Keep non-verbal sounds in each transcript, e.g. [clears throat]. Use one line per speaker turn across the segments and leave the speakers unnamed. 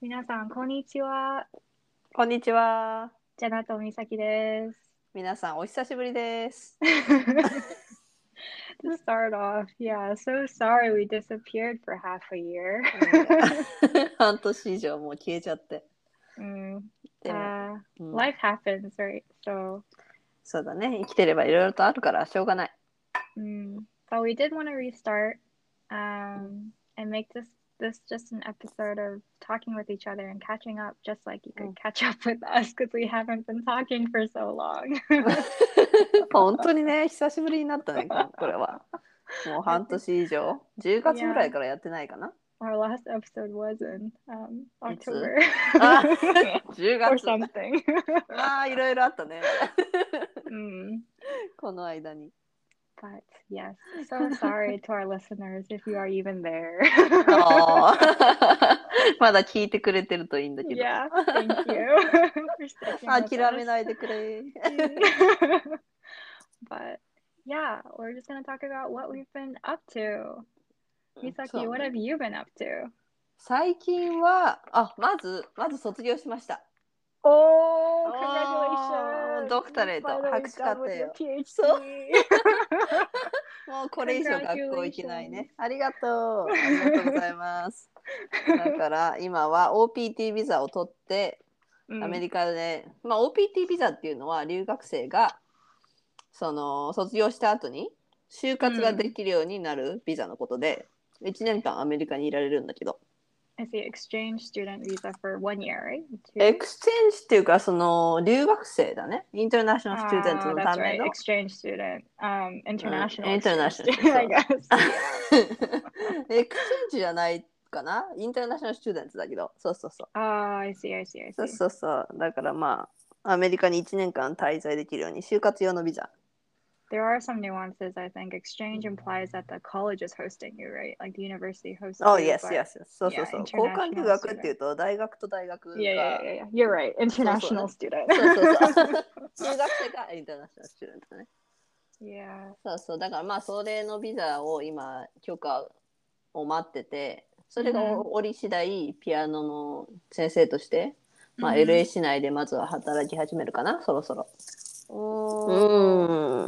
皆さん、こんにちは。
こんにちは。
ジャナと美咲です。
皆さんお久しぶりです。
to start off, yeah, so sorry we disappeared for half a year.
半年以上もう消えちゃって。
mm,
でも
uh,
うん
life happens, right? So,
そうだね。生きてればいろいろとあるからしょうがない。
mm, but we did want to restart um, and make this this just an episode of talking with each other and catching up, just like you could catch up with us because we haven't been talking for so long.
本当にね、久しぶりになったね、ここれは。もう半年以上。10月ぐらいからやってないかな。
Our last episode was in um,
It's Ah. a-
October
あ
[laughs]
10
or
月。
something. [laughs]
ああ、いろいろあったね。
mm.
この間に。
But yes, so sorry to our listeners if you are even there.
あ
[laughs]
ーまだ聞いてくれてるといいんだけど。
yeah, thank you [laughs] for sticking
諦め
with
ないでくれ。
us. [laughs] but yeah, we're just gonna talk about what we've been up to. Misaki,
そう
what have you been up to?
最近は、あ、まず、まず卒業しました。
Oh,
congratulations. doctorate,
You're finally
博士課
done with
程
your
を。
PhD.
そう。もうこれ以上学校行けないね。ありがとう。ありがとうございます。だから今は OPT ビザを取ってアメ
[laughs] Mm,
リカで、まあ OPT ビザっていうのは留学生がその卒業した後に就活ができるようになるビザのことで、1年間アメリカにいられるんだけど
I see exchange student visa for one year, right? Two-
エクスチェンジっていうかその留学生だねインターナショナルスチューデン
Ah,
トのた
that's right.
めの
Exchange student. Um, international.
Uh, international
exchange student, [laughs] I guess.
[laughs] エクスチェンジじゃないかなインターナショナルスチューデントだけどそうそうそう
Ah, I see. I see. I
そう
see.
そうそうだからまあアメリカに1年間滞在できるように就活用のビザ
There are some nuances. I think exchange implies that the college is hosting you, right? Like the university hosts.
あ、oh,
you,
yes
but-
yes yes そうそうそ
Yeah, international
う、交換留学っていうと大学と大学が
Yeah, yeah, yeah, yeah. You're right. International student.
そうそうそう留学生がインターナショナルスチューデントね
[laughs] yeah.
そうそうだからまあそれのビザを今許可を待っててそれがお折り次第ピアノの先生として、まあ、
Mhm.
LA 市内でまずは働き始めるかなそろそろ
Mm-hmm. Oh,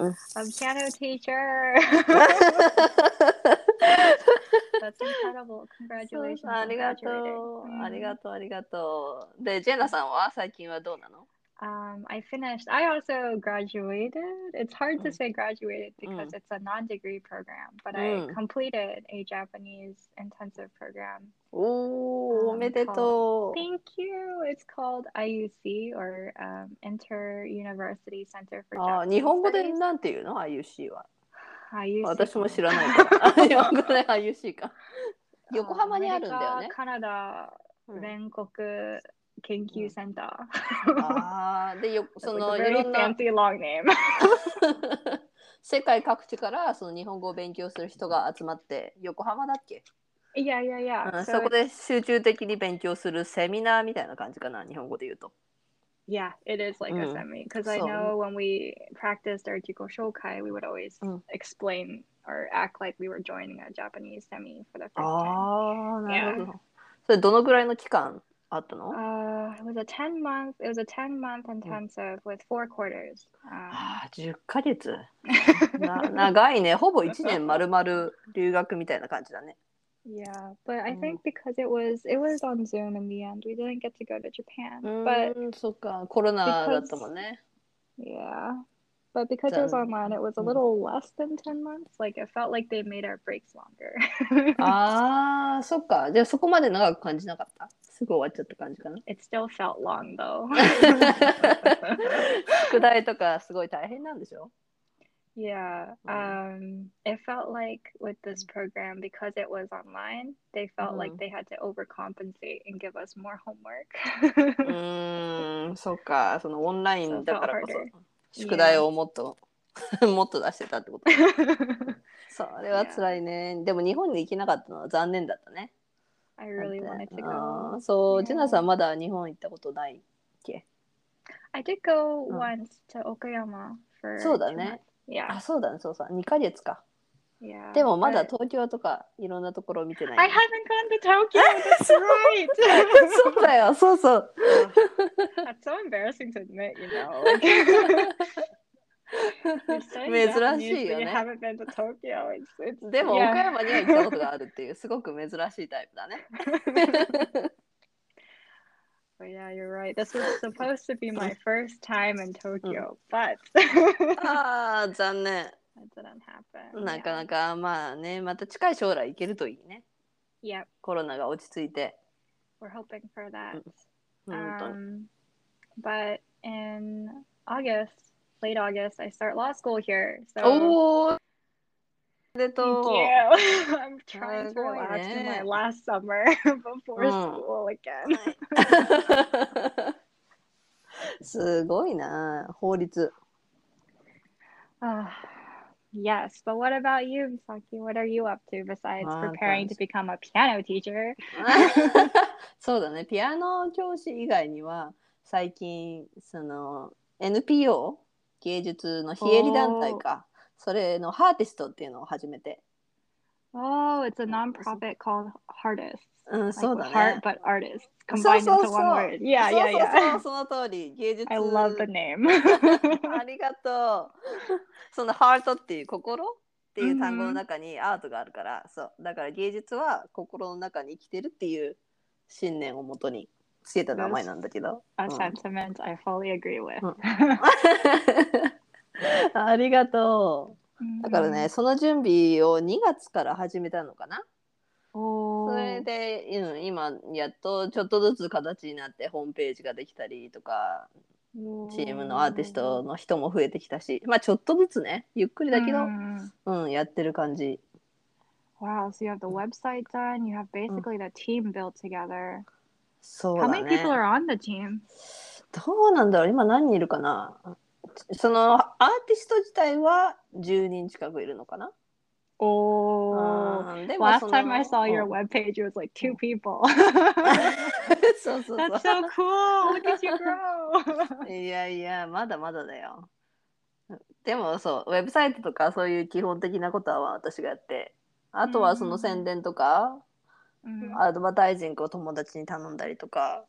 うん
a piano
[laughs]
teacher. That's
[laughs]
incredible.
そう
Congratulations.
あ
on
りが
graduating.
とう、
Mm.
ありがとう、ありがとう。で、ジェナさんは最近はどうなの
Um, I finished. I also graduated. It's hard to
Mm.
say graduated because it's a non-degree program, but I
Mm.
completed a Japanese intensive program.
お
あ
ー、おめでとう。
Thank you. It's called IUC or um, Inter University Center for
あー
Japanese
日本語で
Studies.
なんて言うの ?IUC は。
IUC
私も
かな
知らないから。 [laughs] あ
[laughs]
日本語で IUC か。横浜にあるんだよね
アメリカ、。カナダ
うん
全国研究センター。
あーでよ
That's
そ
like
の
a
い
very
ろんな
fancy long name.
[laughs]
[laughs]
世界各地からその日本語を勉強する人が集まって横浜だっけ、
yeah, yeah,
う
yeah.
ん、そこで集中的に勉強するセミナーみたいな感じかな日本語で言うと。
Yeah, it is like a
Mm.
semi because I
So-
know when we practiced our Jiko Shokai, we would always
Mm.
explain or act like we were joining a Japanese semi for the first time.
ああ、なるほど。それどのぐらいの期間あったの
Uh, it was a 10 month, it was a 10 month
Mm.
intensive with four quarters.
[gasps]
Um,
ああ、10ヶ [laughs] 月。な長いね。ほぼ1年丸々留学みたいな感じだね。
yeah, but I
Mm.
think because it was, it was on Zoom in the end, we didn't get to go to Japan,
う
but
ーん、そっか。コロナだったもん [laughs] ね。
yeah, but because it was
Then-
online, it was a
Mm.
little less than 10 months. Like it felt like they made our breaks longer. [laughs]
ああ、そっか。じゃあそこまで長く感じなかったすぐ終わっちゃった感じかな。
It still felt long though.
[laughs]
[laughs]
宿題とかすごい大変なんでしょ
yeah. Um, it felt like with this program, because it was online, they felt like
Mhm.
they had to overcompensate and give us more homework. [laughs]
うーん、そっか。そのオンラインだからこ
そう
そ、宿題をもっと、 [laughs] もっと出してたってこと。それは辛いね。でも日本に行けなかったのは残念だったね。
I really wanted to
あ
go.
ーそう、
Yeah.
ジェナさんまだ日本行ったことないっけ
I did go
Oh.
once to Okayama for.
そうだ
two
ね
months.。Yeah.
あ、そうだね、そうさ、2ヶ月か。
Yeah.
でもまだ
but
東京とかいろんなところ見てない
I
ね。
haven't gone to Tokyo. That's right.
[laughs] そうだよ、そうそう。
[laughs] That's so embarrassing to admit, you know. Like, [laughs] you're
[laughs]
so
珍しいよ
Japanese, but
ね。
you haven't been to Tokyo. It's, it's
でも
yeah.
岡
[laughs]
山には行ったことがあるっていうすごく珍しいタイプだ [laughs] ね。
But yeah, you're right. This was supposed to be
[laughs]
my first time in
Mm.
Tokyo, but [laughs] that
ああ残念。 [laughs]
didn't happen.
なか
Yeah.
なかまあねまた近い将来行けるといいね。
Yep,
コロナが落ち着いて。
we're hoping for that.
Mm, 本当に。
Um, but in August, late August, I start law school here. So
おお。おめで
thank
と
you. [laughs] I'm trying to relax in my
Alright.
last summer [laughs] before
Oh,
school
Mm.
again.
う。 [laughs] すごいな法 [laughs] 律。
Ah, yes, but what about you, Misaki? What are you up to besides
Ah,
preparing to
gosh.
become a piano teacher?
そうだねピアノ教師以外には最近その NPO 芸術の非営利団体かそれのハーティストっていうのを始めて、
Oh, it's a
Mm,
nonprofit called Hardest.
うん、
Like
そう
with
だ
heart,
ね
but artists combined into one
そうそうそう。
word. Yeah, yeah,
そうそうそ [laughs]
yeah.
うその通り芸
[laughs]
術
I love the name. [laughs]
[laughs] ありがとう。そのハートっていう心っていう単語の中にアートがあるから、そうだから芸術は心の中に生きてるっていう信念をもとにつけた名前なんだけど。
A
Mm.
sentiment I fully agree with.
[laughs] ありがとう。だからね、
Mm.
その準備を2月から始めたのかな。
Oh,
それで、うん、今やっとちょっとずつ形になってホームページができたりとかチー
oh.
ムのアーティストの人も増えてきたしまあちょっとずつねゆっくりだけど、
Mm.
うん、やってる感じ。
Wow, so you have the website done. You have basically the team built together.
そう
How
だ
many
ね
people。are on the team?
どうなんだろう今何人いるかなそのアーティスト自体は10人近くいるのかな
Oh,
うんで
last
その
time I saw your
うん
webpage, it was like two people.
[laughs] そうそ
[laughs]
う
That's
そ
so cool. Look [laughs] at you grow.
う。いやいや、まだまだだよ。でもそう、ウェブサイトとかそういう基本的なことは私がやって、あとはその宣伝とか、
Mm,
アドバタイジングを友達に頼んだりとか、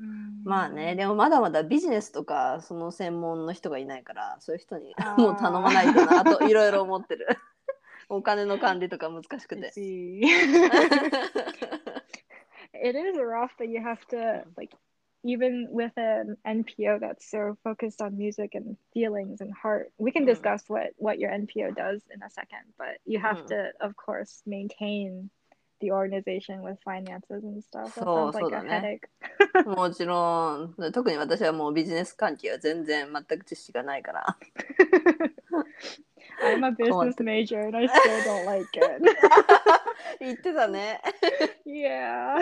mm.
まあね、でもまだまだビジネスとかその専門の人がいないから、そういう人に
あー
[laughs] もう頼まないとなといろいろ思ってる。 [laughs] お金の管理とか難しく
I
て。
see. [laughs] it is rough that you have to like even with an NPO that's so focused on music and feelings and heart. We can
Mm.
discuss what what your NPO does in a second, but you have
Mm.
to of course maintain the organization with finances and stuff. That
So-
sounds like
so
a
だね。
headache.
[laughs]
[laughs]
もちろん、特に私はもうビジネス関係は全然全く知識がないから。
I'm a business
Content.
major and I still don't like it.
言ってたね。
yeah.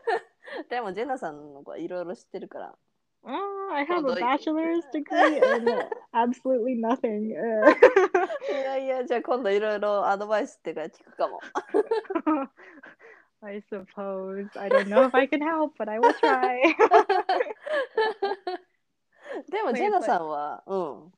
[laughs]
でもジェナさんの子はいろいろ知ってるから。
Oh, I have a
Although- [laughs]
bachelor's degree in absolutely nothing. [laughs] Uh,
いやいや、じゃあ今度いろいろアドバイスっていうか聞くかも。
I suppose. I don't know if I can help, but I
[laughs]
will try. [laughs]
でもジェナさんは、うん
ん。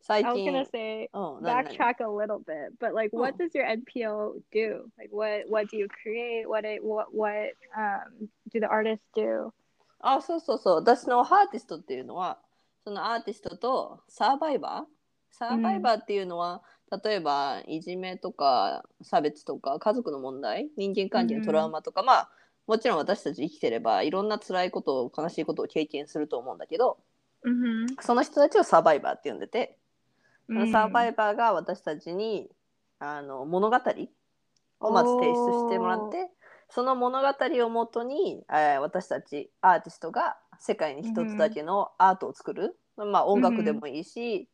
最
I was
近
gonna、say
うん、何々
backtrack a little bit, but like, what
Oh.
does your NPO do? Like, what what do you create? What it, what what um do the artists do?
あ、そうそうそう。私のハーティストっていうのは、そのアーティストとサーバイバーサーバイバーっていうのは、例えばいじめとか差別とか家族の問題、人間関係のトラウマとか、まあ、もちろん私たち生きてればいろんな辛いことを悲しいことを経験すると思うんだけど、
Mm-hmm.
その人たちをサバイバーって呼んでて、サバイバーが私たちにあの物語をまず提出してもら
Oh.
ってその物語をもとに、えー私たちアーティストが世界に一つだけのアートを作る、まあ、音楽でもいいし、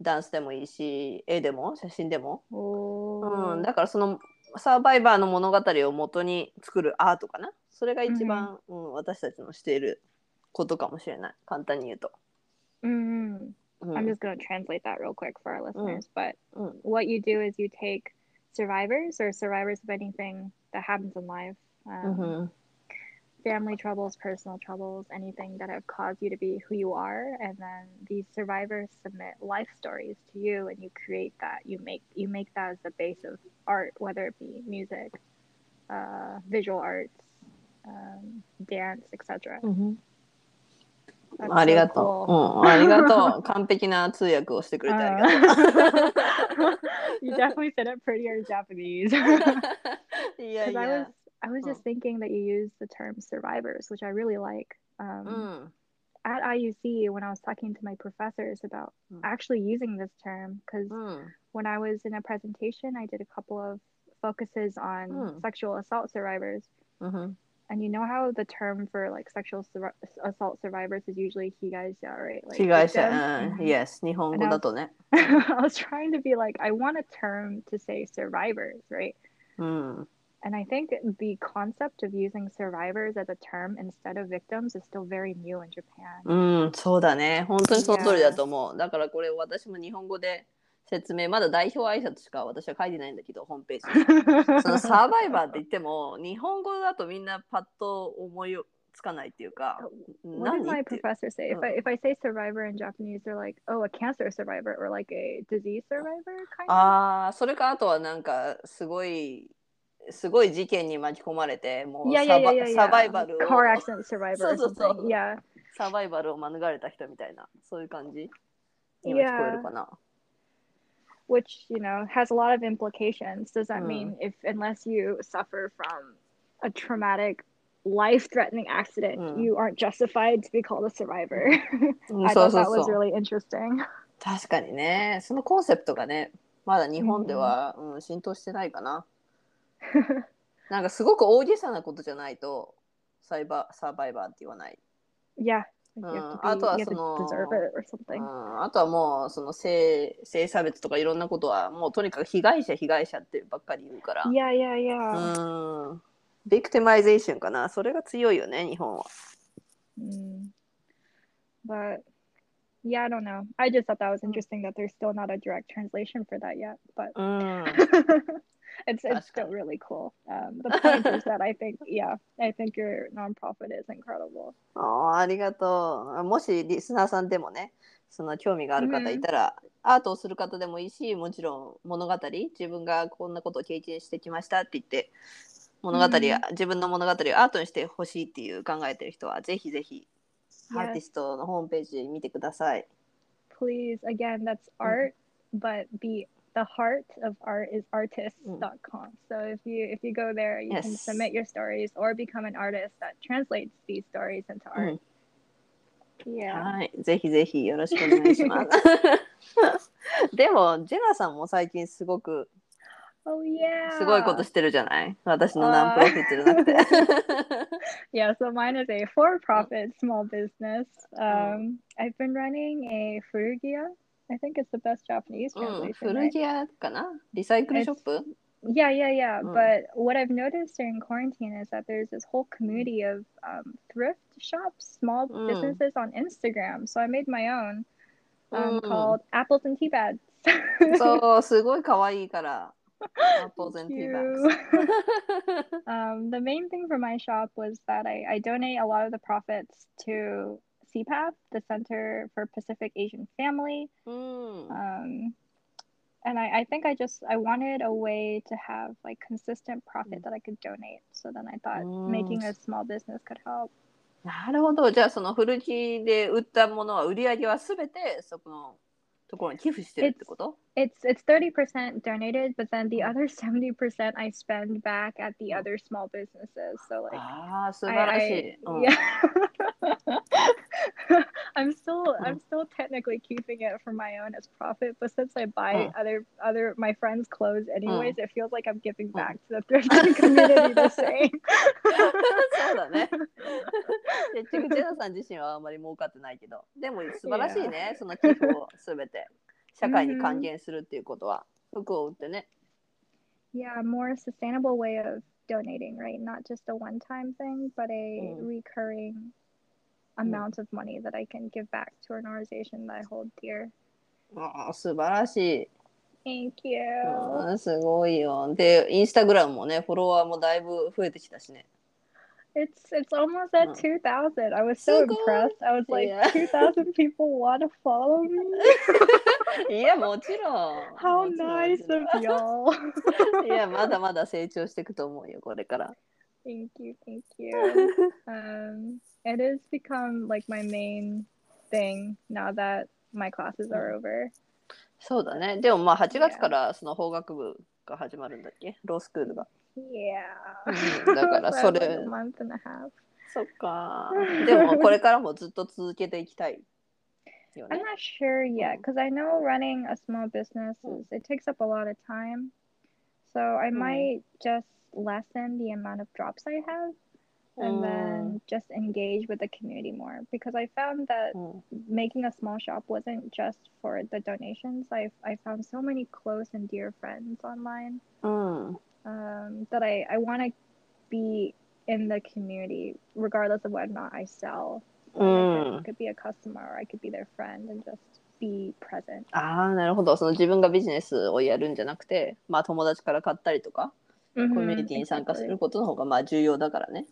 ダンスでもいいし絵でも写真でも、
Oh.
うん、だからそのサバイバーの物語をもとに作るアートかなそれが一番、うん、私たちのしていることかもしれない簡単に言うと。
Mm-hmm.
うん
I'm just going to translate that real quick for our listeners. But
Mm.
what you do is you take
Mm-hmm.
survivors or survivors of anything that happens in life, um,
うん
family troubles, personal troubles, anything that have caused you to be who you are, and then these survivors submit life stories to you, and you create that. You make you make that as the base of art, whether it be music, uh, visual arts, um, dance, etc.
ありがとう、うん、ありがとう完璧な通訳をしてくれてありがとう
Uh, [laughs]
[laughs]
you definitely said it prettier in Japanese. [laughs]
[laughs] いや
Because
い
I was
や
I was just thinking that you used the term survivors, which I really like.
う
Um,
ん
At IUC, when I was talking to my professors about
Mm.
actually using this term, because
うん、
when I was in a presentation, I did a couple of focuses on
Mm.
sexual assault survivors.
うん、
And you know how the term for like sexual sur- assault survivors is usually higaisha, right? Like
被害者、
victim?
うん、
Mhm.
Yes 日本語だとね
[laughs] I was trying to be like, I want a term to say survivors, right?
うん、
And I think the concept of using survivors as a term instead of victims is still very new in Japan.
うん、そうだね本当にその通りだと思うだからこれ私も日本語で説明まだ代表挨拶しか私は書いてないんだけどホームページに [laughs] そのサバイバーって言っても日本語だとみんなパッと思いつかないっていうか
[laughs] what
何
did my
っていう
professor say? If
Mm.
I if I say survivor in Japanese, they're like, oh, a cancer survivor or like a disease survivor kind of.
ああそれかあとはなんかすごいすごい事件に巻き込まれてもう
yeah,
サ
yeah,
バ
yeah, yeah, yeah.
サバイバルを
car accident survivor. or
Oh, [laughs] So, so, so.
something. Yeah,
サバイバルを免れた人みたいなそういう感じ今聞こえるかな
which you know has a lot of implications. Does that
Mm.
mean if unless you suffer from a traumatic, life-threatening accident,
Mm.
you aren't justified to be called a survivor? [laughs]
うん
I
そう
thought
そう
that
そ
was
う
really interesting. [laughs]
確かにねそのコンセプトがねまだ日本では、うん浸透してないか
[laughs]
ななんかすごく大げさなことじゃないとサイバーサバイバーって言わない
Yeah. Like you have to, be, you have
Uh,
to
あとはその-
deserve it or
う
something.
ん、あとはもうその性性差別とかいろんなことはもうとにかく被害者被害者ってばっかり言うから
Yeah, yeah, yeah.
うんビクティマイゼーションかなそれが強いよね日本は
Mm. But yeah, I don't know. I just thought that was interesting that there's still not a direct translation for that yet, but
うん
[laughs] it's
That's
it's still really cool. Um,
[laughs]
the point is that I think yeah, I think your nonprofit is incredible.
あーありがとうもしリスナーさんでもねその興味がある方いたら、アートをする方でもいいしもちろん物語自分がこんなことを経験してきましたって言って物語、
うん
自分の物語をアートにしてほしいっていう考えてる人はぜひぜひ
Yes.
アーティストのホームページ見てください。
Please, again, that's
Mm-hmm.
art, but the the heart of art is
Mm.
artists.com. So if you if you go there, you can
Yes.
submit your stories or become an artist that translates these stories into art.
Mm-hmm.
Yeah.
はい、ぜひぜひよろしくお願いし
[laughs]
ます。でもジェナさんも最近すごく
Oh yeah.
すごいことしてるじゃない私のナンプロフィットじゃなくて。
Yeah, so mine is a for-profit small business.
Mm.
Um, I've been running a furugiya. I think it's the best Japanese
うん、
translation.
古
right?
着屋かなリサイクルショップ
Yeah, yeah, yeah.
Mm.
But what I've noticed during quarantine is that there's this whole community of um, thrift shops, small
Mm.
businesses on Instagram. So I made my own um,
う
called Apples and Tea Bags. [laughs]
ん、そう、すごい可愛いから。アポゼンティーバッ
You-
ク
um, the main thing for my shop was that I, I donate a lot of the profits to CPAF, the Center for Pacific Asian Family.
ス。うん。
Um, and I, I think I just I wanted a way to have like consistent profit
Mm.
that I could donate. So then I thought
Mm.
making a small business could help.
[laughs] なるほど。じゃあその古着で売ったものは売り上げはすべてそこのところに寄付してるってこと
It's it's thirty percent donated, but then the other [laughs] seventy percent I spend back at the other small businesses. So like
ああ、素
I-
晴らし
I-
い。うん
yeah. [laughs] I'm still I'm
Mm.
still technically keeping it for my own as profit, but since I buy
Mm.
other other my friends' clothes anyways, it feels like I'm giving back to the thrifting [laughs] community the same.
そうだね。結局ジェナさん自身はあんまり儲かってないけど、でも素晴らしい
い
ね。その寄付をすべて社会に還元するっていうことは服を売ってね。
Yeah, a more sustainable way of donating, right? Not just a one time thing, but a
Mm.
recurring amount of money that I can give back to an organization that I hold dear.
ああ、素晴らしい。
Thank you.
うんすごいよ。で、インスタグラムもね、フォロワーもだいぶ増えてきたしね。
It's it's almost at
Oh.
two thousand. I was so
So good.
impressed. I was like,
Oh, Yeah. [laughs]
two thousand people want to follow me.
いやもちろん
How
もちろん
nice
もちろ
of
ん [laughs]
y'all. [laughs]
いやまだまだ成長していくと思うよこれから
thank you, thank you.
[laughs]
um, it has become like my main thing now that my classes are
Mm.
over.
そうだねでもまあ8月からその法学部が始まるんだっけロースクールが
Yeah. [laughs]
うんだから
So
そ
like
れ
a month and a half.
そっかでもこれからもずっと続けていきたいよ
[laughs] I'm
ね
not sure yet
Mm.
because I know running a small business is it takes up a lot of time. So I
Mm.
might just lessen the amount of drops I have and
Oh.
then just engage with the community more because I found that
うんうん
making a small shop wasn't just for the donations. I I found so many close and dear friends online
うん、
um, that I I want to be in the community regardless of whether or not I sell.
う
Like, I
ん
could be a customer or I could be their friend and just be present.
ああなるほどその自分がビジネスをやるんじゃなくて、まあ、友達から買ったりとか
Mm-hmm.
コミュニティに参加する
Exactly.
ことの方がまあ重要だからね。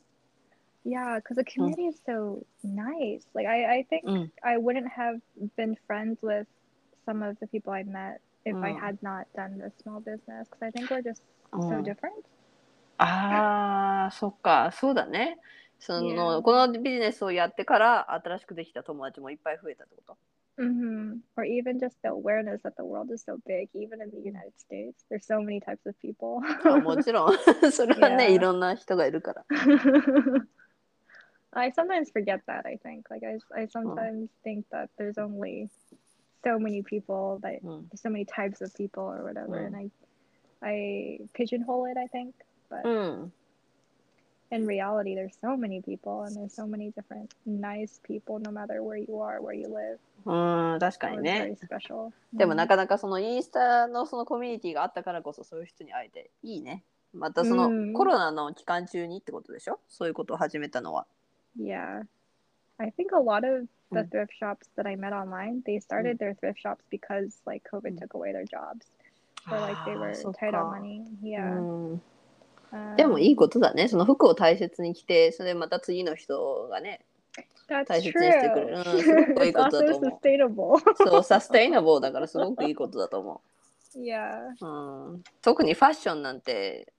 Yeah, because the
Oh.
community is so nice. Like I, I think
うん、
I wouldn't have been friends with some of the people I met if I
Mm.
had not done this small business. Because I think we're just so
Mm.
different.
ああそっかそうだねその
Yeah.
このビジネスをやってから新しくできた友達もいっぱい増えたってこと
hmm Or even just the awareness that the world is so big, even in
Mm.
the United States, there's so many types of people.
[laughs] あもちろんそれはね、
Yeah.
いろんな人がいるから。
[laughs] I sometimes forget that, I think. Like, I,
Oh.
I sometimes think that there's only so many people that
うん
there's so many types of people or whatever,
Mm.
and I, I pigeonhole it, I think. But
うん、
in reality, there's so many people and there's so many different nice people, no matter where you are, where you live.
うん、確か
So
に
it's
ね
very。special.
でも
Mm.
なかなかそのインスタのそのコミュニティがあったからこそそういう人に会えていいね。またそ
うん
のコロナの期間中にってことでしょそういうことを始めたのは。
Mm-hmm. Yeah. I think a lot of the
Mm.
thrift shops that I met online, they started their thrift shops because like COVID
Mm.
took away their jobs. Ah, So Mm. like they
あー
were
そっ
tight
か
on money.
う
Yeah.
ん
Um,
でもいいことだね。その服を大切に着て、それでまた次の人が [laughs] ね、
That's
大切
true.
にしてくれる。
[laughs]
うん、すごくいい
uh, it's
ことだと
also
思
sustainable. [laughs]
う。そう、サステイナブルだからすごくいいことだと思
yeah.
う。うん、特にファッションなんて、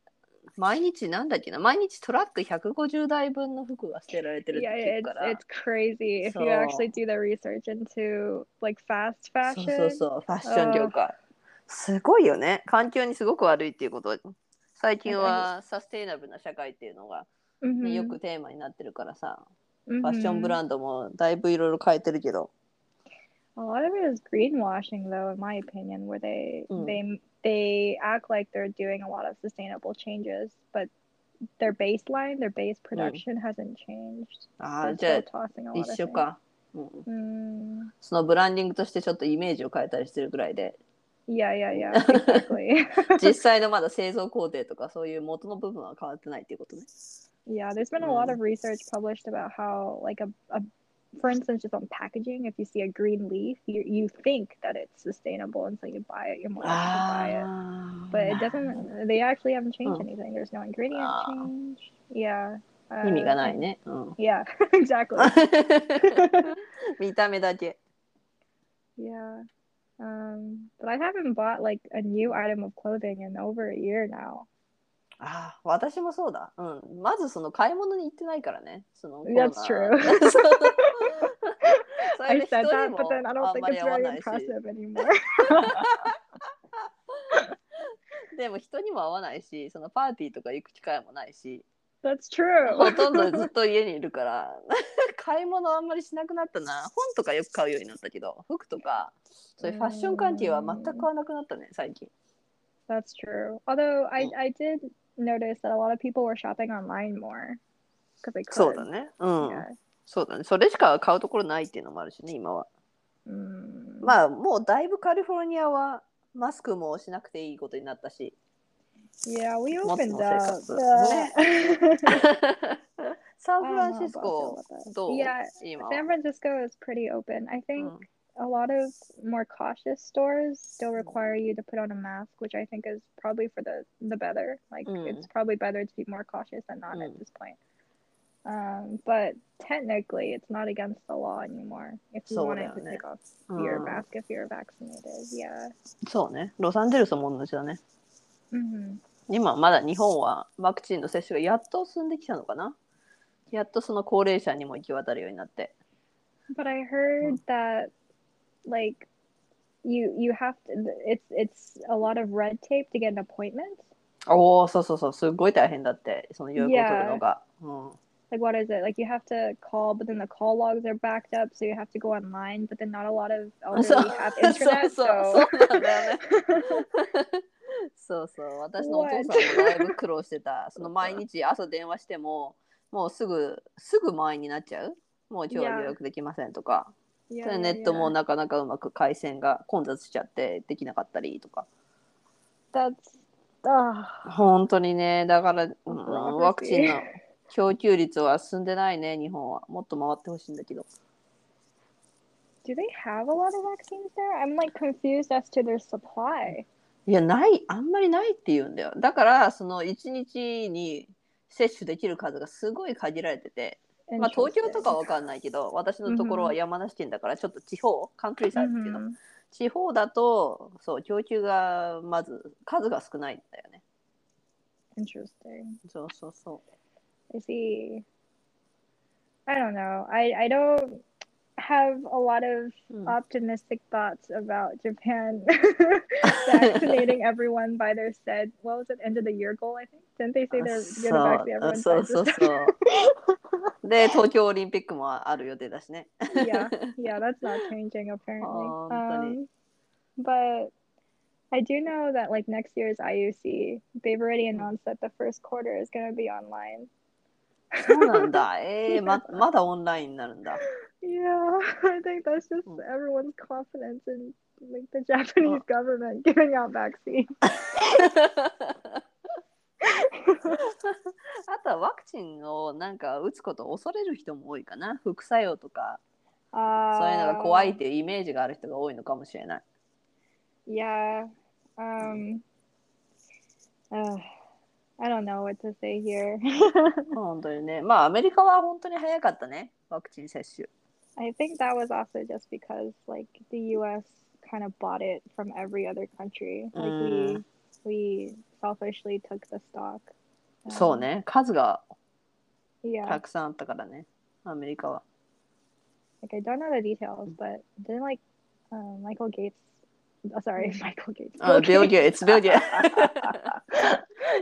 毎日なんだっけな、毎日トラック150台分の服が捨てられてるって
Yeah,
聞く
it's
から。
it's crazy if you actually do
So-
the research into like fast
そう
fashion.
そうそうファッション業界すごいよね環境にすごく悪いっていうこと最近はサステイナブルな社会っていうのが、ね
Mhm,
よくテーマになってるからさ、ファッション
mhm.
ブランドもだいぶいろいろ変えてるけど
mm-hmm. A lot of it is greenwashing, though, in my opinion, where they
Mm.
they they act like they're doing a lot of sustainable changes, but their baseline, their base production hasn't changed.
ああ
They're
じゃ
still tossing a lot
あ
of
一緒
things.
か、うん、
Mm,
そのブランディングとしてちょっとイメージを変えたりしてるぐらい [laughs] で
yeah, yeah, yeah, exactly. [laughs]
実際のまだ製造工程とかそういう元の部分は変わってないっていうことね
yeah, there's been a lot
Mm.
of research published about how, like a, a for instance, just on packaging, if you see a green leaf, you you think that it's sustainable, and so you buy it, you're more likely to buy
Ah.
it.
あ
but it doesn't they actually haven't changed
Mm.
anything there's no ingredient
Ah.
change yeah
意味
uh,
がないね、うん
yeah [laughs] exactly
[laughs] 見た目だけ
yeah um but i haven't bought like a new item of clothing in over a year now
ああ、私もそうだ。うん。まずその買い物に行ってないからね。その
That's
コロナ
true.
[laughs] そうそれ
i
で
said
人
that
にも
but then i
あ
don't
ん
think
まり
it's
合わ
very
ないし、
impressive anymore [laughs]
でも人にも合わないし、そのパーティーとか行く機会もないし、
that's
[laughs]
true
ほとんどずっと家にいるから、 [laughs] 買い物あんまりしなくなったな。本とかよく買うようになったけど、服とか、そういうファッション関係は全く買わなくなったね、最近。
that's true although i
Mm.
i did notice that a lot of people were shopping online more because they could
そうだね。うん。
yeah.
そうだね。それしか買うところないっていうのもあるしね、今は。
Mm.
まあもうだいぶカリフォルニアはマスクもしなくていいことになった [laughs] し
Yeah, we
もっと
opened
生
up.
活
uh,
ねサンフランシスコ
I don't know about that.
どう
Yeah,
今 [laughs]
San Francisco is pretty open. I
う
think
ん
a lot of more cautious stores still require you to put on a mask, which I think is probably for the the better. Like
Mm.
it's probably better to be more cautious than not
Mm.
at this point. Um, but technically, it's not against the law anymore if you
So
wanted to take
yeah.
off
うん
your mask if you're vaccinated. Yeah.
そうねロサンゼルスも同じだね
hmm
今まだ日本はワクチンの接種がやっと進んできたのかなやっとその高齢者にも行き渡るようになって、
But I heard that, like, you you have to. It's it's a lot of red tape to get an appointment.
おおそうそうそうすごい大変だってその予約を取るのが、うん、
Like, what is it? Like, you have to call, but then the call logs are backed up, so you have to go online. But then not a lot of elderly [laughs] have
そうそう
internet,
そ
so.
うそうなんだよね [laughs] そうそう私のお父さんもだいぶ苦労してたその毎日朝電話してももうすぐすぐ満員になっちゃうもう今日は予約できませんとか、
[laughs] Yeah,
それ
yeah,
ネッ
yeah.
トもなかなかうまく回線が混雑しちゃってできなかったりとか
That's. Uh,
本当にねだから、うんうん
Bureaucracy
ワクチンの供給率は進んでないね日本はもっと回ってほしいんだけど
do they have a lot of vaccines there? I'm like confused as to their supply.
いやないあんまりないって言うんだよだからその1日に接種できる数がすごい限られてて、まあ、東京とかは分かんないけど私のところは山梨県だからちょっと地方カントリーサイドっていうの、
Mhm.
地方だとそう供給がまず数が少ないんだよね
Interesting.
そうそうそう
I see. I don't know. I, I don't have a lot of
うん
optimistic thoughts about Japan [laughs] vaccinating everyone by their said what was it end of the year goal I think didn't they say they're gonna vaccinate
そう
everyone by
そうそう
this-
そう [laughs] で東京オリンピックもある予定だしね
yeah yeah that's not changing apparently
Oh, funny.
um, but I do know that like next year's IUC they've already announced that the first quarter is gonna be online
[laughs] そう
[laughs]
なんだえー、ままだオンラインになるんだ [laughs]
Yeah, I think that's just
Mm.
everyone's confidence in like the Japanese government [laughs] giving out vaccines.
あとはワクチンをなんか打つことを恐れる人も多いかな副作用とかそういうの
Uh,
が怖いっていうイメージがある人が多いのかもしれない
Yeah. Um. Uh, I don't know what to say here. [laughs]
本当にねまあアメリカは本当に早かったねワクチン接種
I think that was also just because like the U.S. kind of bought it from every other country. Like
Mm.
we we selfishly took the stock. Um,
そうね数が
Yeah.
たくさんあったからねアメリカは
like I don't know the details, but didn't like uh, Michael Gates. Oh, sorry, [laughs] Michael Gates.
あビ
[laughs]
ル・ゲイツビル・ゲイ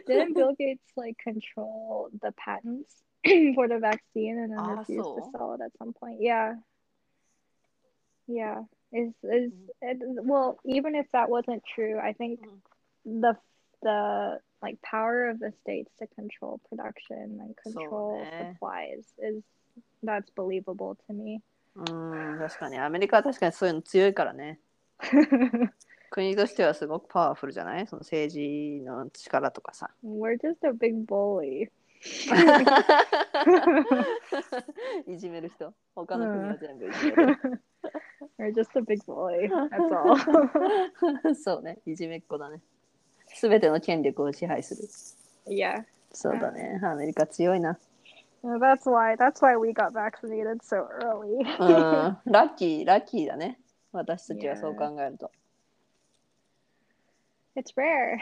didn't Bill Gates like control the patents [clears throat] for the vaccine and then
Ah,
refuse to
so?
sell it at some point? Yeah, yeah. Is is it, well, even if that wasn't true, I think
Mhm.
the the like power of the states to control production and
So,
control
eh.
supplies is that's believable to me.
[laughs]
[laughs]
うーん確かにアメリカは確かにそういうの強いからね国としてはすごくパワフルじゃないその政治の力とかさ
We're just a big bully.
いじめる人他の国は全部いじめる、
[laughs] We're just a big bully. That's all.
[laughs]
[laughs]
そうねいじめっ子だね全ての権力を支配する
yeah.
そうだねアメリカ強いな
No, that's why that's why we got vaccinated so early.
うんラッキーラッキーだね私たちはそう考えると
[laughs] It's
[laughs]
rare.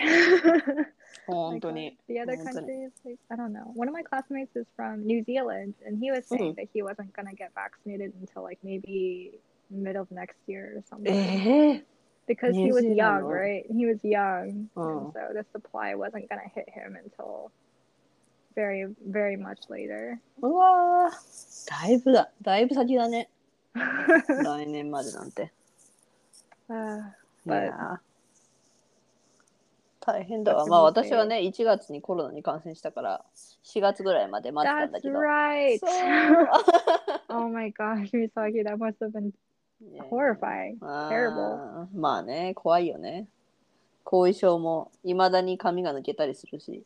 [laughs]
本
Like, uh,
当に
the other
本当に。
countries, like, I don't know. One of my classmates is from New Zealand, and he was saying
Mm-hmm.
that he wasn't gonna get vaccinated until like maybe mid of next year or something
ええ
because
Eh, New
he was
Zealand,
young,
oh.
right? He was young, and
Oh.
so the supply wasn't gonna hit him until very, very much
[laughs]
later. [laughs]
うわーだいぶだだいぶ先だね [laughs] 来年までなんて
Uh,
い
はい
や大変だわ。
私も
まあ
そう
私はね、1月にコロナに感染したから、4月ぐらいまで待ってたんだ
that's
けど。
right.
[laughs] そう
[laughs] oh my gosh, Misaki, that must have been
ね
horrifying.
あー
Terrible
まあね、怖いよね。後遺症もいまだに髪が抜けたりするし、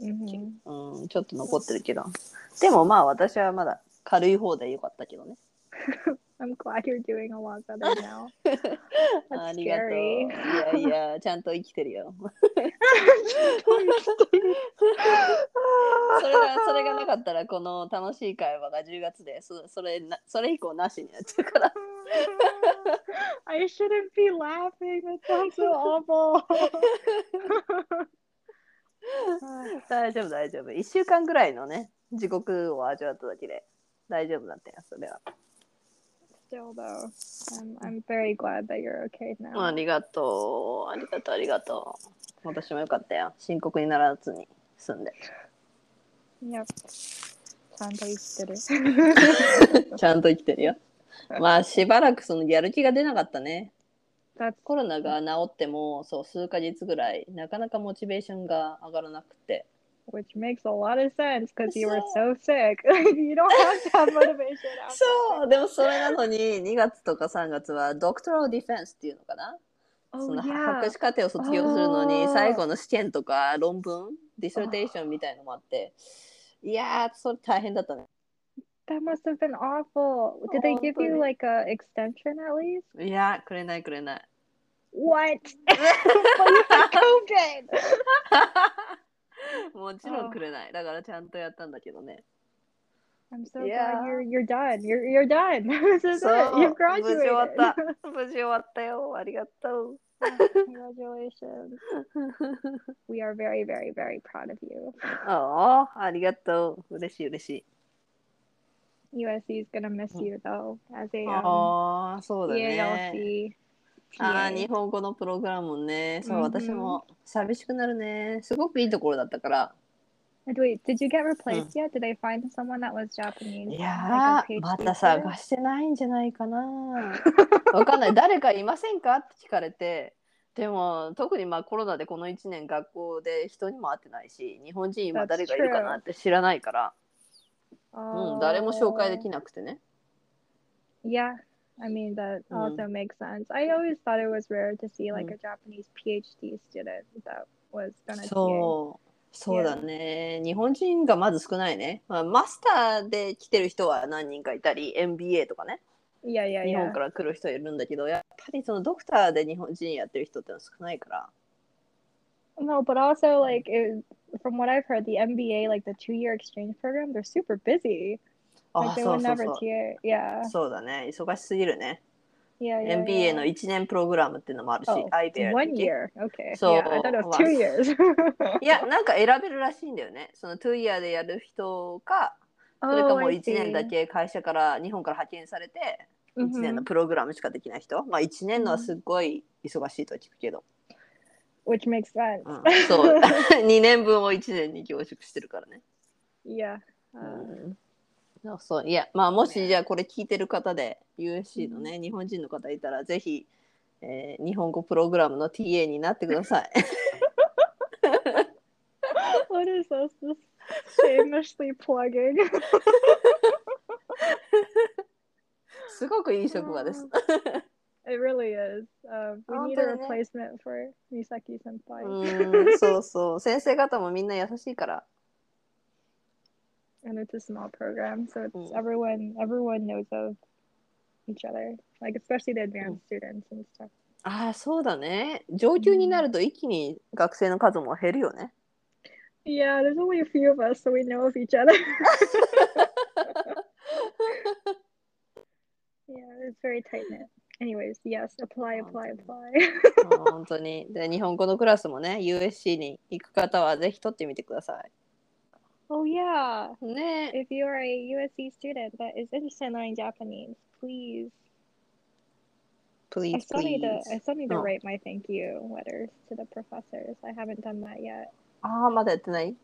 hmm
うん、ちょっと残ってるけど。でもまあ私はまだ軽い方でよかったけどね。
I'm glad you're doing a lot better now.
[laughs] あ
That's
りがとう。
scary.
いやいや、ちゃんと生きてる [laughs] よ。それがそれがなかったらこの楽しい会話が10月でそそれなそれ以降なしになっちゃうから [laughs]
I shouldn't be laughing. That sounds so awful. Uh,
大丈夫大丈夫1週間ぐらいのね地獄を味わっただけで大丈夫だったよそれは、
Still though, I'm I'm very glad that you're okay
あ
now.
りがとうありがとうありがとう私もよかったよ深刻にならずに済んで
Yep. ちゃんと生きてる。
ちゃんと生きてる [laughs] よまあしばらくそのやる気が出なかったね
[laughs] That's
コロナが治ってもそう数ヶ月ぐらいなかなかモチベーションが上がらなくて
which makes a lot of sense because you were
So-
so sick. [laughs] you don't have to have motivation. after.
そうでもそれなのに2月とか3月はドクトラルディフェンスっていうのかな、そ
Oh
の
yeah.
博士課程を卒業するの
あ
に
ー
最後の試験とか論文ディソルテーションみたいのもあっていやーそれ大変だったね
That must have been awful. Did they give you
Awful.
like a extension at least?
いやーくれないくれない
[laughs] What? but you had COVID.
[laughs] もちろんくれないだからちゃんとやったんだけどね
I'm so
Yeah.
glad you're you're done. You're you're done. [laughs] this is it.
So,
You've
was your
graduated.
what [laughs] 無事終わったよありがと
[laughs] Congratulations.
う
We are very, very, very proud of you.
ああありがとう嬉しい嬉しい
USC is gonna miss you though as a um,
ああそうだね
EALC.
ああ
TA.
日本語のプログラムねそう、
うんうん
私も寂しくなるねすごくいいところだったから
And wait, did you get replaced yet? Did they find someone that was Japanese?
い
like
や
a
ー
PhD
ま
tutor?
た探してないんじゃないか [laughs] なわかんない誰かいませんかって聞かれてでも特にまあコロナでこの1年学校で人にも会ってないし日本人今
That's
誰がいるかなって知らないから、
Oh.
うん、誰も紹介できなくてね
Yeah, I mean that also makes sense. I always thought it was rare to see like
Mm.
a Japanese PhD student that was done at TA.
そうそうだね日本人がまず少ないね、まあ、マスターで来てる人は何人かいたり MBA とかね
Yeah, yeah,
日
yeah.
本から来る人いるんだけどやっぱりそのドクターで日本人やってる人ってのは少ないから
No, but also like it, from what I've heard, the MBA, like the two-year exchange program, they're super busy.
あ
Like they
そ
would
うそう
never
そう
TA. Yeah,
そうだね忙しすぎるね
yeah, yeah. yeah.
MBA の1年プログラムっていうのもあるし
Oh,
IBA だっ
one
け
year. Okay.
So,
yeah, I thought it was
wow.
two
[laughs]
years. [laughs]
いやなんか選べるらしいんだよねその2 year でやる人かそれか
oh,
もう
I
1
see.
年だけ会社から日本から派遣されて1年
Mhm.
のプログラムしかできない人、まあ1年のはすっごい忙しいとは聞くけど、
Which makes sense. [laughs]
うんそう [laughs] 2年分を1年に凝縮してるからね
Yeah.
う
Uh,
んそうそういやまあもしじゃあこれ聞いてる方で USC のね、日本人の方いたらぜひ、えー日本語プログラムの TA になってください
[laughs] what is this? This
[laughs]
shamelessly plugging.
[laughs] すごくいい職場です
Um, It really is. Um, we
Oh,
need a
but-
replacement for Misaki senpai.
[laughs] Mm. うんそうそう先生方もみんな優しいから
And it's a small program, so it's
Mm.
everyone everyone knows of each other. Like especially the advanced students and stuff.
ああそうだね上級になると一気に学生の数も減るよね
Yeah, there's only a few of us, so we know of each other. [laughs] yeah, it's very tight knit. Anyways, yes, apply, apply, apply. [laughs]
うん [laughs] 本当にで日本語のクラスもね USC に行く方はぜひ取ってみてくださ
oh yeah.
いね
If you are a USC student that is interested in learning Japanese, please I
please
still need to I
please
still need to
Oh.
write my thank you letters to the professors. I haven't done that yet.
ああまだやってない、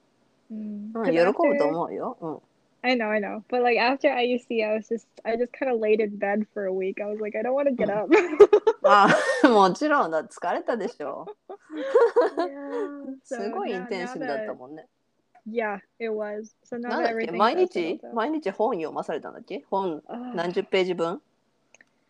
Mm. 'Cause
うん、喜ぶ
after-
と思うよ、うん
I know, I know. But like after IUC, I was just I just kind of laid in bed for a week. I was like, I don't want to
Mm.
get up.
[laughs] まあもちろんだ疲れたでし [laughs] ょ
yeah.
す
[laughs] So
ごいイン
now,
テン
now
シブだった
that
もんね
yeah, it was. So now
なん
that
だっけ
everything's
毎
settled
日
down-
毎日本読まされたんだっけ本
Ugh.
何十ページ分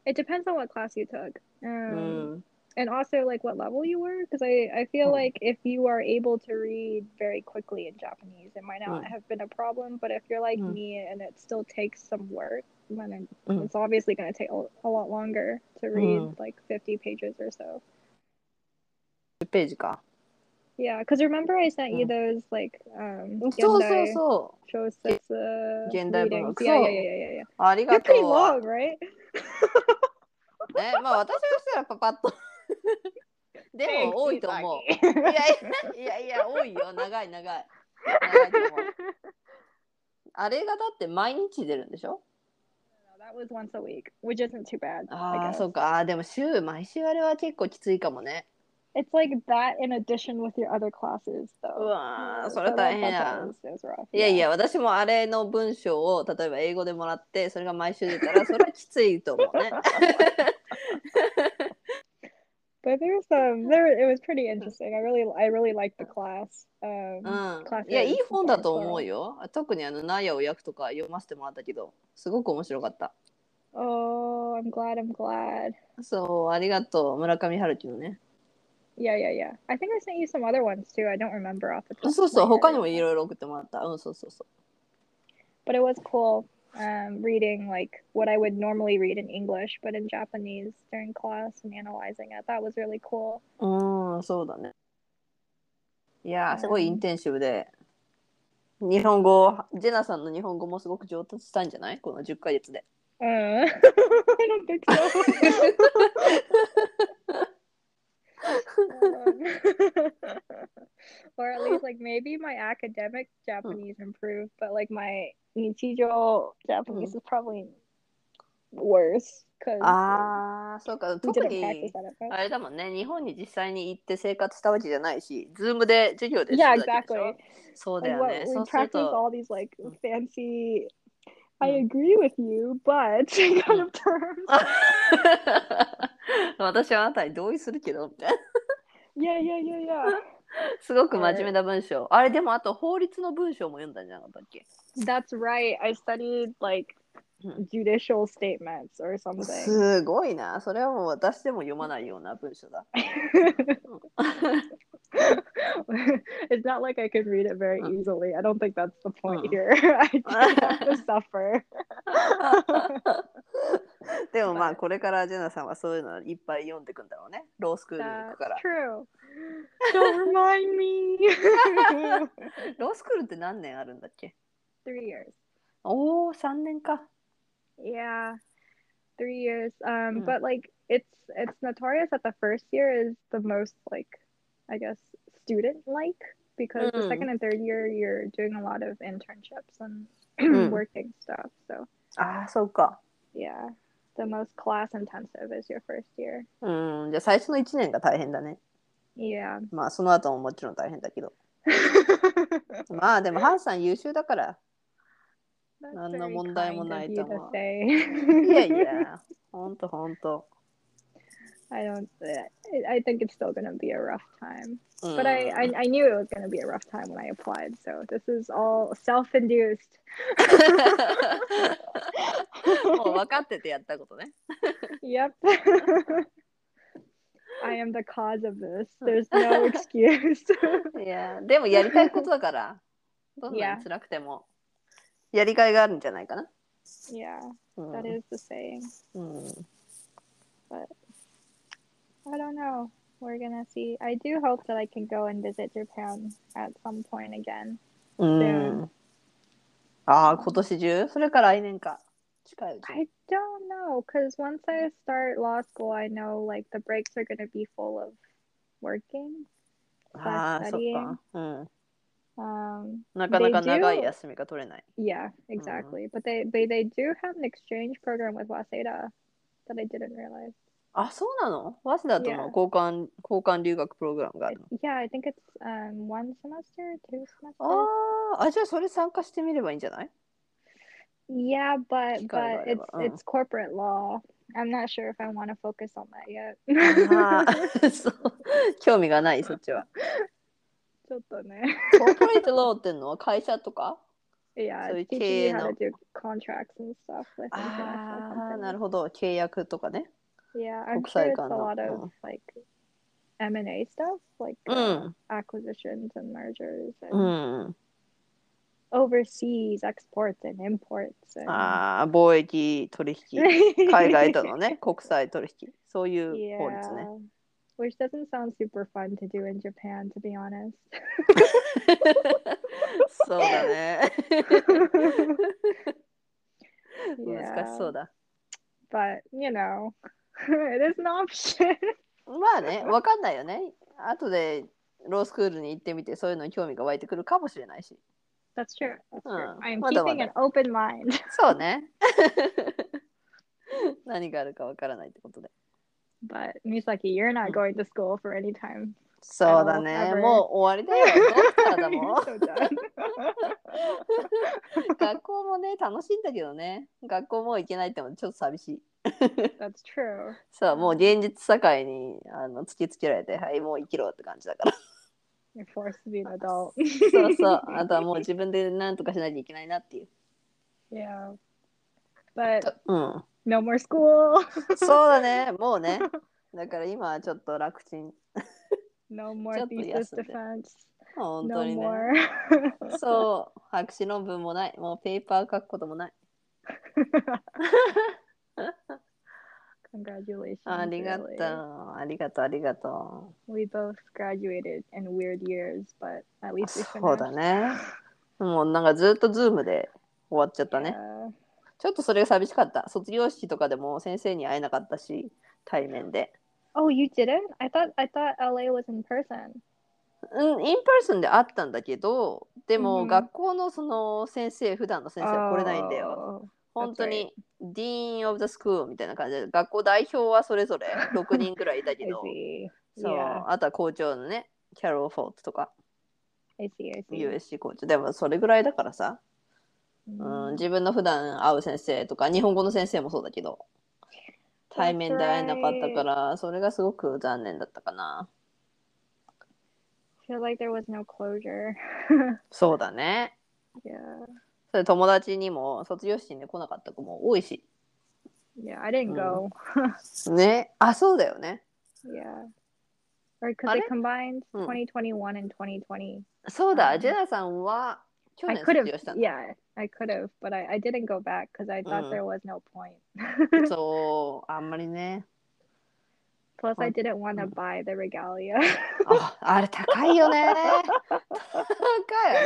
it depends on what class you took.
う
Um,
ん
and also like what level you were because I, I feel
Mm.
like if you are able to read very quickly in japanese it might not
Mm.
have been a problem but if you're like
Mm.
me and it still takes some work but then
Mm.
it's obviously going to take a, a lot longer to read
Mm.
like 50 pages or so.
10ページか
Yeah, because remember I sent you
Mm.
those like um
そうそう
Gendai
そう
Shosetsu
Gendai
readings.
books. Oh.
Yeah, yeah,
So-
yeah, yeah, yeah.
あり
They're
がと
pretty
うは
long, right?
ねまあ私がしたらパパッ [laughs] とで
Thanks,
も多いと [laughs] 思う
Misaki.
いやいやいやいや多いよ長い長い長いと思う
[laughs]
あれがだって毎日出るんでしょ
No, that was once a week, which isn't too bad.
あ
I
あ
guess.
そうかあーでも週毎週あれは結構きついかもね
It's like that in addition with your other classes,
う
though.
わ
Uh,
ーそれ
so
大
that,
変
that
や
was,
ん
it was rough.
いやいや私もあれの文章を例えば英語でもらってそれが毎週出た [laughs] らそれはきついと思う [laughs] ね
But there was some there. It was pretty interesting. I really I really liked the class.
う
Um,
ん
Class
いや
is
いい本だと思うよ特にあの「ナイアを焼く」とか読ませてもらったけどすごく面白かった
oh, I'm glad. I'm glad.
そうありがとう村上春樹のね
Yeah, yeah, yeah. I think I sent you some other ones too. I don't remember off the top.
そうそう
of my
他
head.
にもいろいろ送ってもらったうんそうそうそう
But it was cool. Um, reading like what I would normally read in English, but in Japanese during class and analyzing it. That was really cool.
うん、そうだね。いや
うん
ー、すごいインテンシブで。日本語、ジェナさんの日本語もすごく上達したんじゃないこの10ヶ月
[laughs]
で。
Uh, I don't think [laughs] so. Um, [laughs] or at least like maybe my academic Japanese improved, but like my nichijo Japanese is probably worse because
ああ、そうか。
we
特
didn't practice
に、
that at first.
あれだもんね。日本に実際に行って生活したわけじゃないし、ズームで授業で
Yeah,
するだけでしょ
exactly.
そうだ
Like
よ
what
ね。
we
そうする
practice
と、 [laughs]
all these like
Mm.
fancy. I
Mm.
agree with you, but [laughs] kind of terms.
私はあなたに同意するけど、みたいな。
Yeah, yeah, yeah, yeah.
すごく真面目な文章。あれ、でもあと法律の文章も読んだんじゃなかったっけ
That's right. I studied like
Mm.
judicial statements or
[laughs]
something. [laughs]
すごいな。それはもう私でも読まないような文章 [laughs] だ。
[laughs] it's not like I could read it very
Mm.
easily. I don't think that's the point
Mm.
here. [laughs] I just have to suffer.
でもまあこれからジェナさんはそういうのいっぱい読んでいくんだろうね。ロースクールに行
That's
くから。
true. Don't remind me.
[laughs] ロースクールって何年あるんだっけ
[laughs] three years.
おお、3年か。
Yeah, three years. Um,
Mm.
but like it's it's notorious that the first year is the most like I guess student like because the
Mm.
second and third year you're doing a lot of internships and [clears throat]
Mm.
working stuff. So
ああ、そうか。
yeah, the most class intensive is your first year.
うん、じゃあ最初の1年が大変だね。
Yeah. [laughs]
まあその後ももちろん大変だけど。まあでもハンさん優秀だから。
That's
None
very
of them
kind
I
of you to
don't-
say.
いやいや、ほんとほんと。
[laughs] I don't. I, I think it's still gonna be a rough time.
うん
But I, I, I knew it was going to be a rough time when I applied. So this is all self induced.
[laughs] もう分かっててやったことね。
Yep. [laughs] I am the cause of this. There's no excuse. [laughs]
いやでもやりたいことだからどんなに辛くてもやりがいがあるんじゃないかな。
yeah,
うん
that is the saying.
うん、
I don't know. We're going to see. I do hope that I can go and visit Japan at some point again.
うんああ今年中それから来年か近いうち。
I don't know because once I start law school, I know like the breaks are going to be full of working.
ああそっ
studying
か、うん。
Um,
なかなか
They do-
長い休みが取れない。
Yeah,
Mm-hmm.
exactly. But they, they they do have an exchange program with Waseda that I didn't realize.
あそうなの早稲田との交換交換留学プログラムがあるの。
Yeah, I think it's um one semester, two
Oh.
semesters.
あーあじゃあそれ参加してみればいいんじゃ [laughs] ない
Yeah, but
Chicago,
but it's
whatever.
it's corporate law. I'm not sure if I want to focus on that yet. [laughs]
あーそう興味がないそっちは。
ちょっとね。
コーポレートローっていうのは会社とか
yeah, it's
So you
teaching you how to
can't-
do contracts and stuff with
あ
international
あーな
companies.
るほど契約とかね
Yeah, I'm
国
sure
際
it's
間
a
の
lot of like M and A stuff, like
う
uh,
ん Mm.
acquisitions and mergers
う
and
ん、うん、
overseas exports and imports. and- [laughs]
あー貿易取引海外との [laughs] ね国際取引そういう法律ね
Yeah. Which doesn't sound super fun to do in Japan, to be honest. [laughs]
[laughs] そうだね
Yeah.
難しそうだ
But, you know, [laughs] it is an option. [laughs]
まあねわかんないよね後でロースクールに行ってみてそういうのに興味が湧いてくるかもしれないし
That's true. That's true.
Hmm.
I'm
What
keeping
about
an open mind. [laughs]
そう [laughs] ね何があるかわからないってことで
But, Misaki, you're not going to school for any time.
そうだ
I
ね
don't ever-
もう終わりだよどうしたらだも
You're [laughs] so done.
[laughs] 学校もね楽しいんだけどね学校もう行けないってのもちょっと寂しい
That's true.
そうもう現実社会にあの突きつけられてはいもう生きろって感じだから [laughs]
You're forced to be an adult.
そう
[laughs]
そうあとはもう自分で何とかしないといけないなっていう
Yeah. But
うん
no more school.
[laughs]
[laughs]
そうだねもうねだから今はちょっと楽ちん
No more
ちょっと
thesis
休んで。
defense.
本当
No
にね [laughs]
more.
そう博士論文もないもうペーパー書くことも [laughs] ない
[laughs] Congratulations.
ありがと
really.
うありがとうありがと
We both graduated in weird years, but at
う
least we
そうだ
finished.
ねもうなんかずっとズームで終わっちゃったね
Yeah.
ちょっとそれが寂しかった卒業式とかでも先生に会えなかったし対面で
Oh, you didn't? I thought I thought LA was in person.
うん、インパーソンで会ったんだけどで
うん
も
うん
学校のその先生普段の先生は来れないんだよ、
Oh,
本当にディーン・オブ・ザ・スクールみたいな感じで学校代表はそれぞれ6人くらいいた
I [laughs]
けど
see.
そう
Yeah,
あとは校長のねキャロル・フォートとか
I see. I see.
USC 校長でもそれぐらいだからさ、
Mm-hmm.
うん、自分の普段会う先生とか日本語の先生もそうだけど対面で会えなかったからそれがすごく残念だったかな
I feel like there was no closure.
そうだね
Yeah.
それ友達にも卒業式に来なかった子も多いし
Yeah, I didn't
Mm.
go.
ねあそうだよね
Yeah. Or because
I
they
don't-
combined
Mm.
2021 and 2020.
そうだ、
うん
ジェナさんは去
I
年
could
卒
have,
業したんだ
yeah, I could have, but I, I didn't go back because I thought
Mm.
there was no point.
そうあんまり [laughs] ね
Plus, I
Or-
didn't want to
Mm.
buy the regalia.
ああれ高いよね高いよ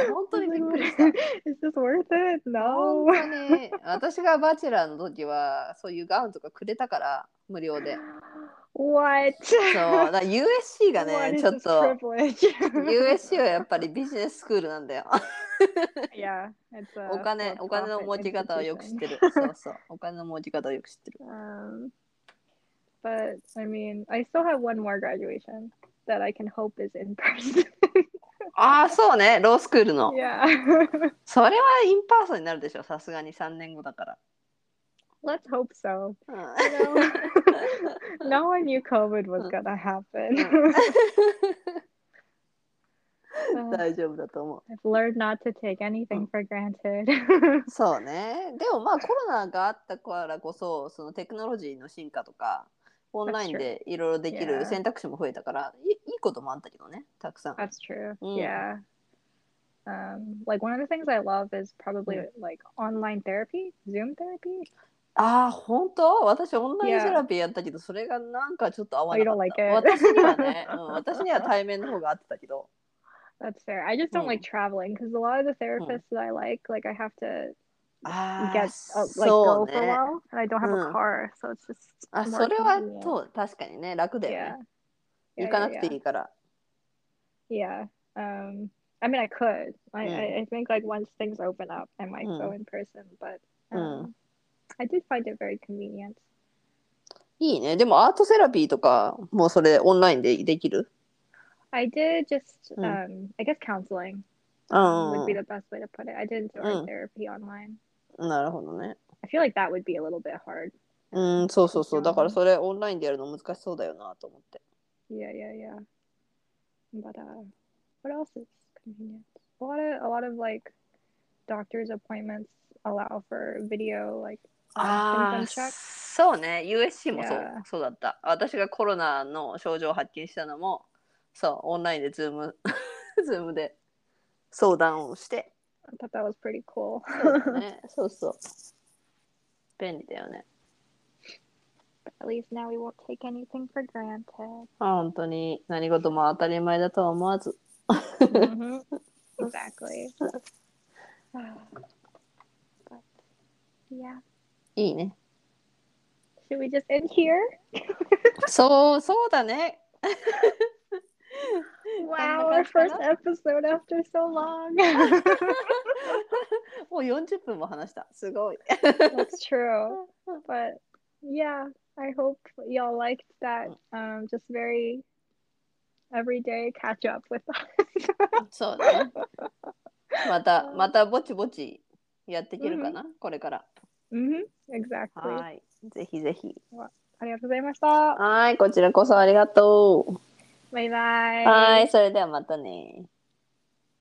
ね本
[laughs]
当にびっくりした
Is this worth it? [laughs]
本
No.
当に私がバチェラーの時はそういうガウンとかくれたから無料で
What?
そう
[laughs]
だから USC [laughs] が
What
ね
is
ちょっ
this
と
privilege?
USC はやっぱりビジネススクールなんだよ
[laughs] yeah, it's a
お金お金の
for-profit
儲け方をよく知ってる
institution.
そうそうお金の儲け方をよく知 [laughs] ってる
Um, but I mean, I still have one more graduation that I can hope is in person. [laughs]
ああそうねロースクールの
yeah, [laughs]
それはインパーソンになるでしょさすがに3年後だから
let's hope so.
う
You know,
ん
[laughs] no one knew COVID was gonna happen.
[laughs]
[laughs]
大丈夫だと思
I've learned not to take anything for granted. [laughs]
うそうねでもまあコロナがあったからこそそのテクノロジーの進化とかオンラインでいろいろでき
Yeah.
る選択肢も増えたからいいいこともあったけどねたくさん
That's true.
Mm.
Yeah. Um, like one of the things I love is probably
Mm.
like online therapy, Zoom therapy.
ああ本当私オンライン
Yeah.
セラピーやったけどそれがなんかちょっと合わなかった
I don't like it.
私には
[laughs]
ね、うん、私には対面の方が合ってたけど
That's fair. I just don't like traveling because a lot of the therapists that I like, like I have to
ああ
get uh, like
そ
go
う
for a
ね
while, and I don't have a
Mm.
car, Ah, so it's just
あ
more
それは
convenient.
そう確かにね楽だよ
Yeah.
ね
Yeah,
行か
yeah,
なくていいから
yeah. Yeah. Um, I mean, I could. I,
Mm.
I, I think like once things open up, I might go
Mm.
in person, but um,
Mm.
I did find it very convenient.
いいねでもアートセラピーとかもうそれオンラインでできる
I did just,
Mm.
um, I guess counseling
うん
would be the best way to put it. I did enjoy
Mm.
therapy online.
なるほどね
I feel like that would be a little bit hard.
うんそうそうそ
う
う
ん
だからそれオンラインでやるの難しそうだよなと思って
Yeah, yeah, yeah. But uh, what else is convenient? A lot of a lot of like doctor's appointments allow for video like uh, symptom
ー
check.
そうね USC もそう
Yeah.
そうだった私がコロナの症状を発見したの [laughs] もそうオンラインでズームズームで相談をして
I thought that was pretty cool. [laughs]
ね、そうそう。便利だよね。
At least now we won't take anything for granted.
本当に何事も当たり前だとは思わず。 [laughs]
Mhm. [laughs] Exactly. [sighs] but yeah.
いいね。
Should we just end here?
そう、そうだね。
Wow, our first episode after so long.
[laughs] もう40分も話した。すごい。
That's true. But yeah, I hope y'all liked that. Um, just very everyday catch up with us. [laughs]
そうだね。また、またぼちぼちやっていけるかな、これから。
hmm Exactly.
はい。ぜひぜひ。
ありがとうございました。
はい、こちらこそありがとう。
バイバイ。
はい、それではまたね。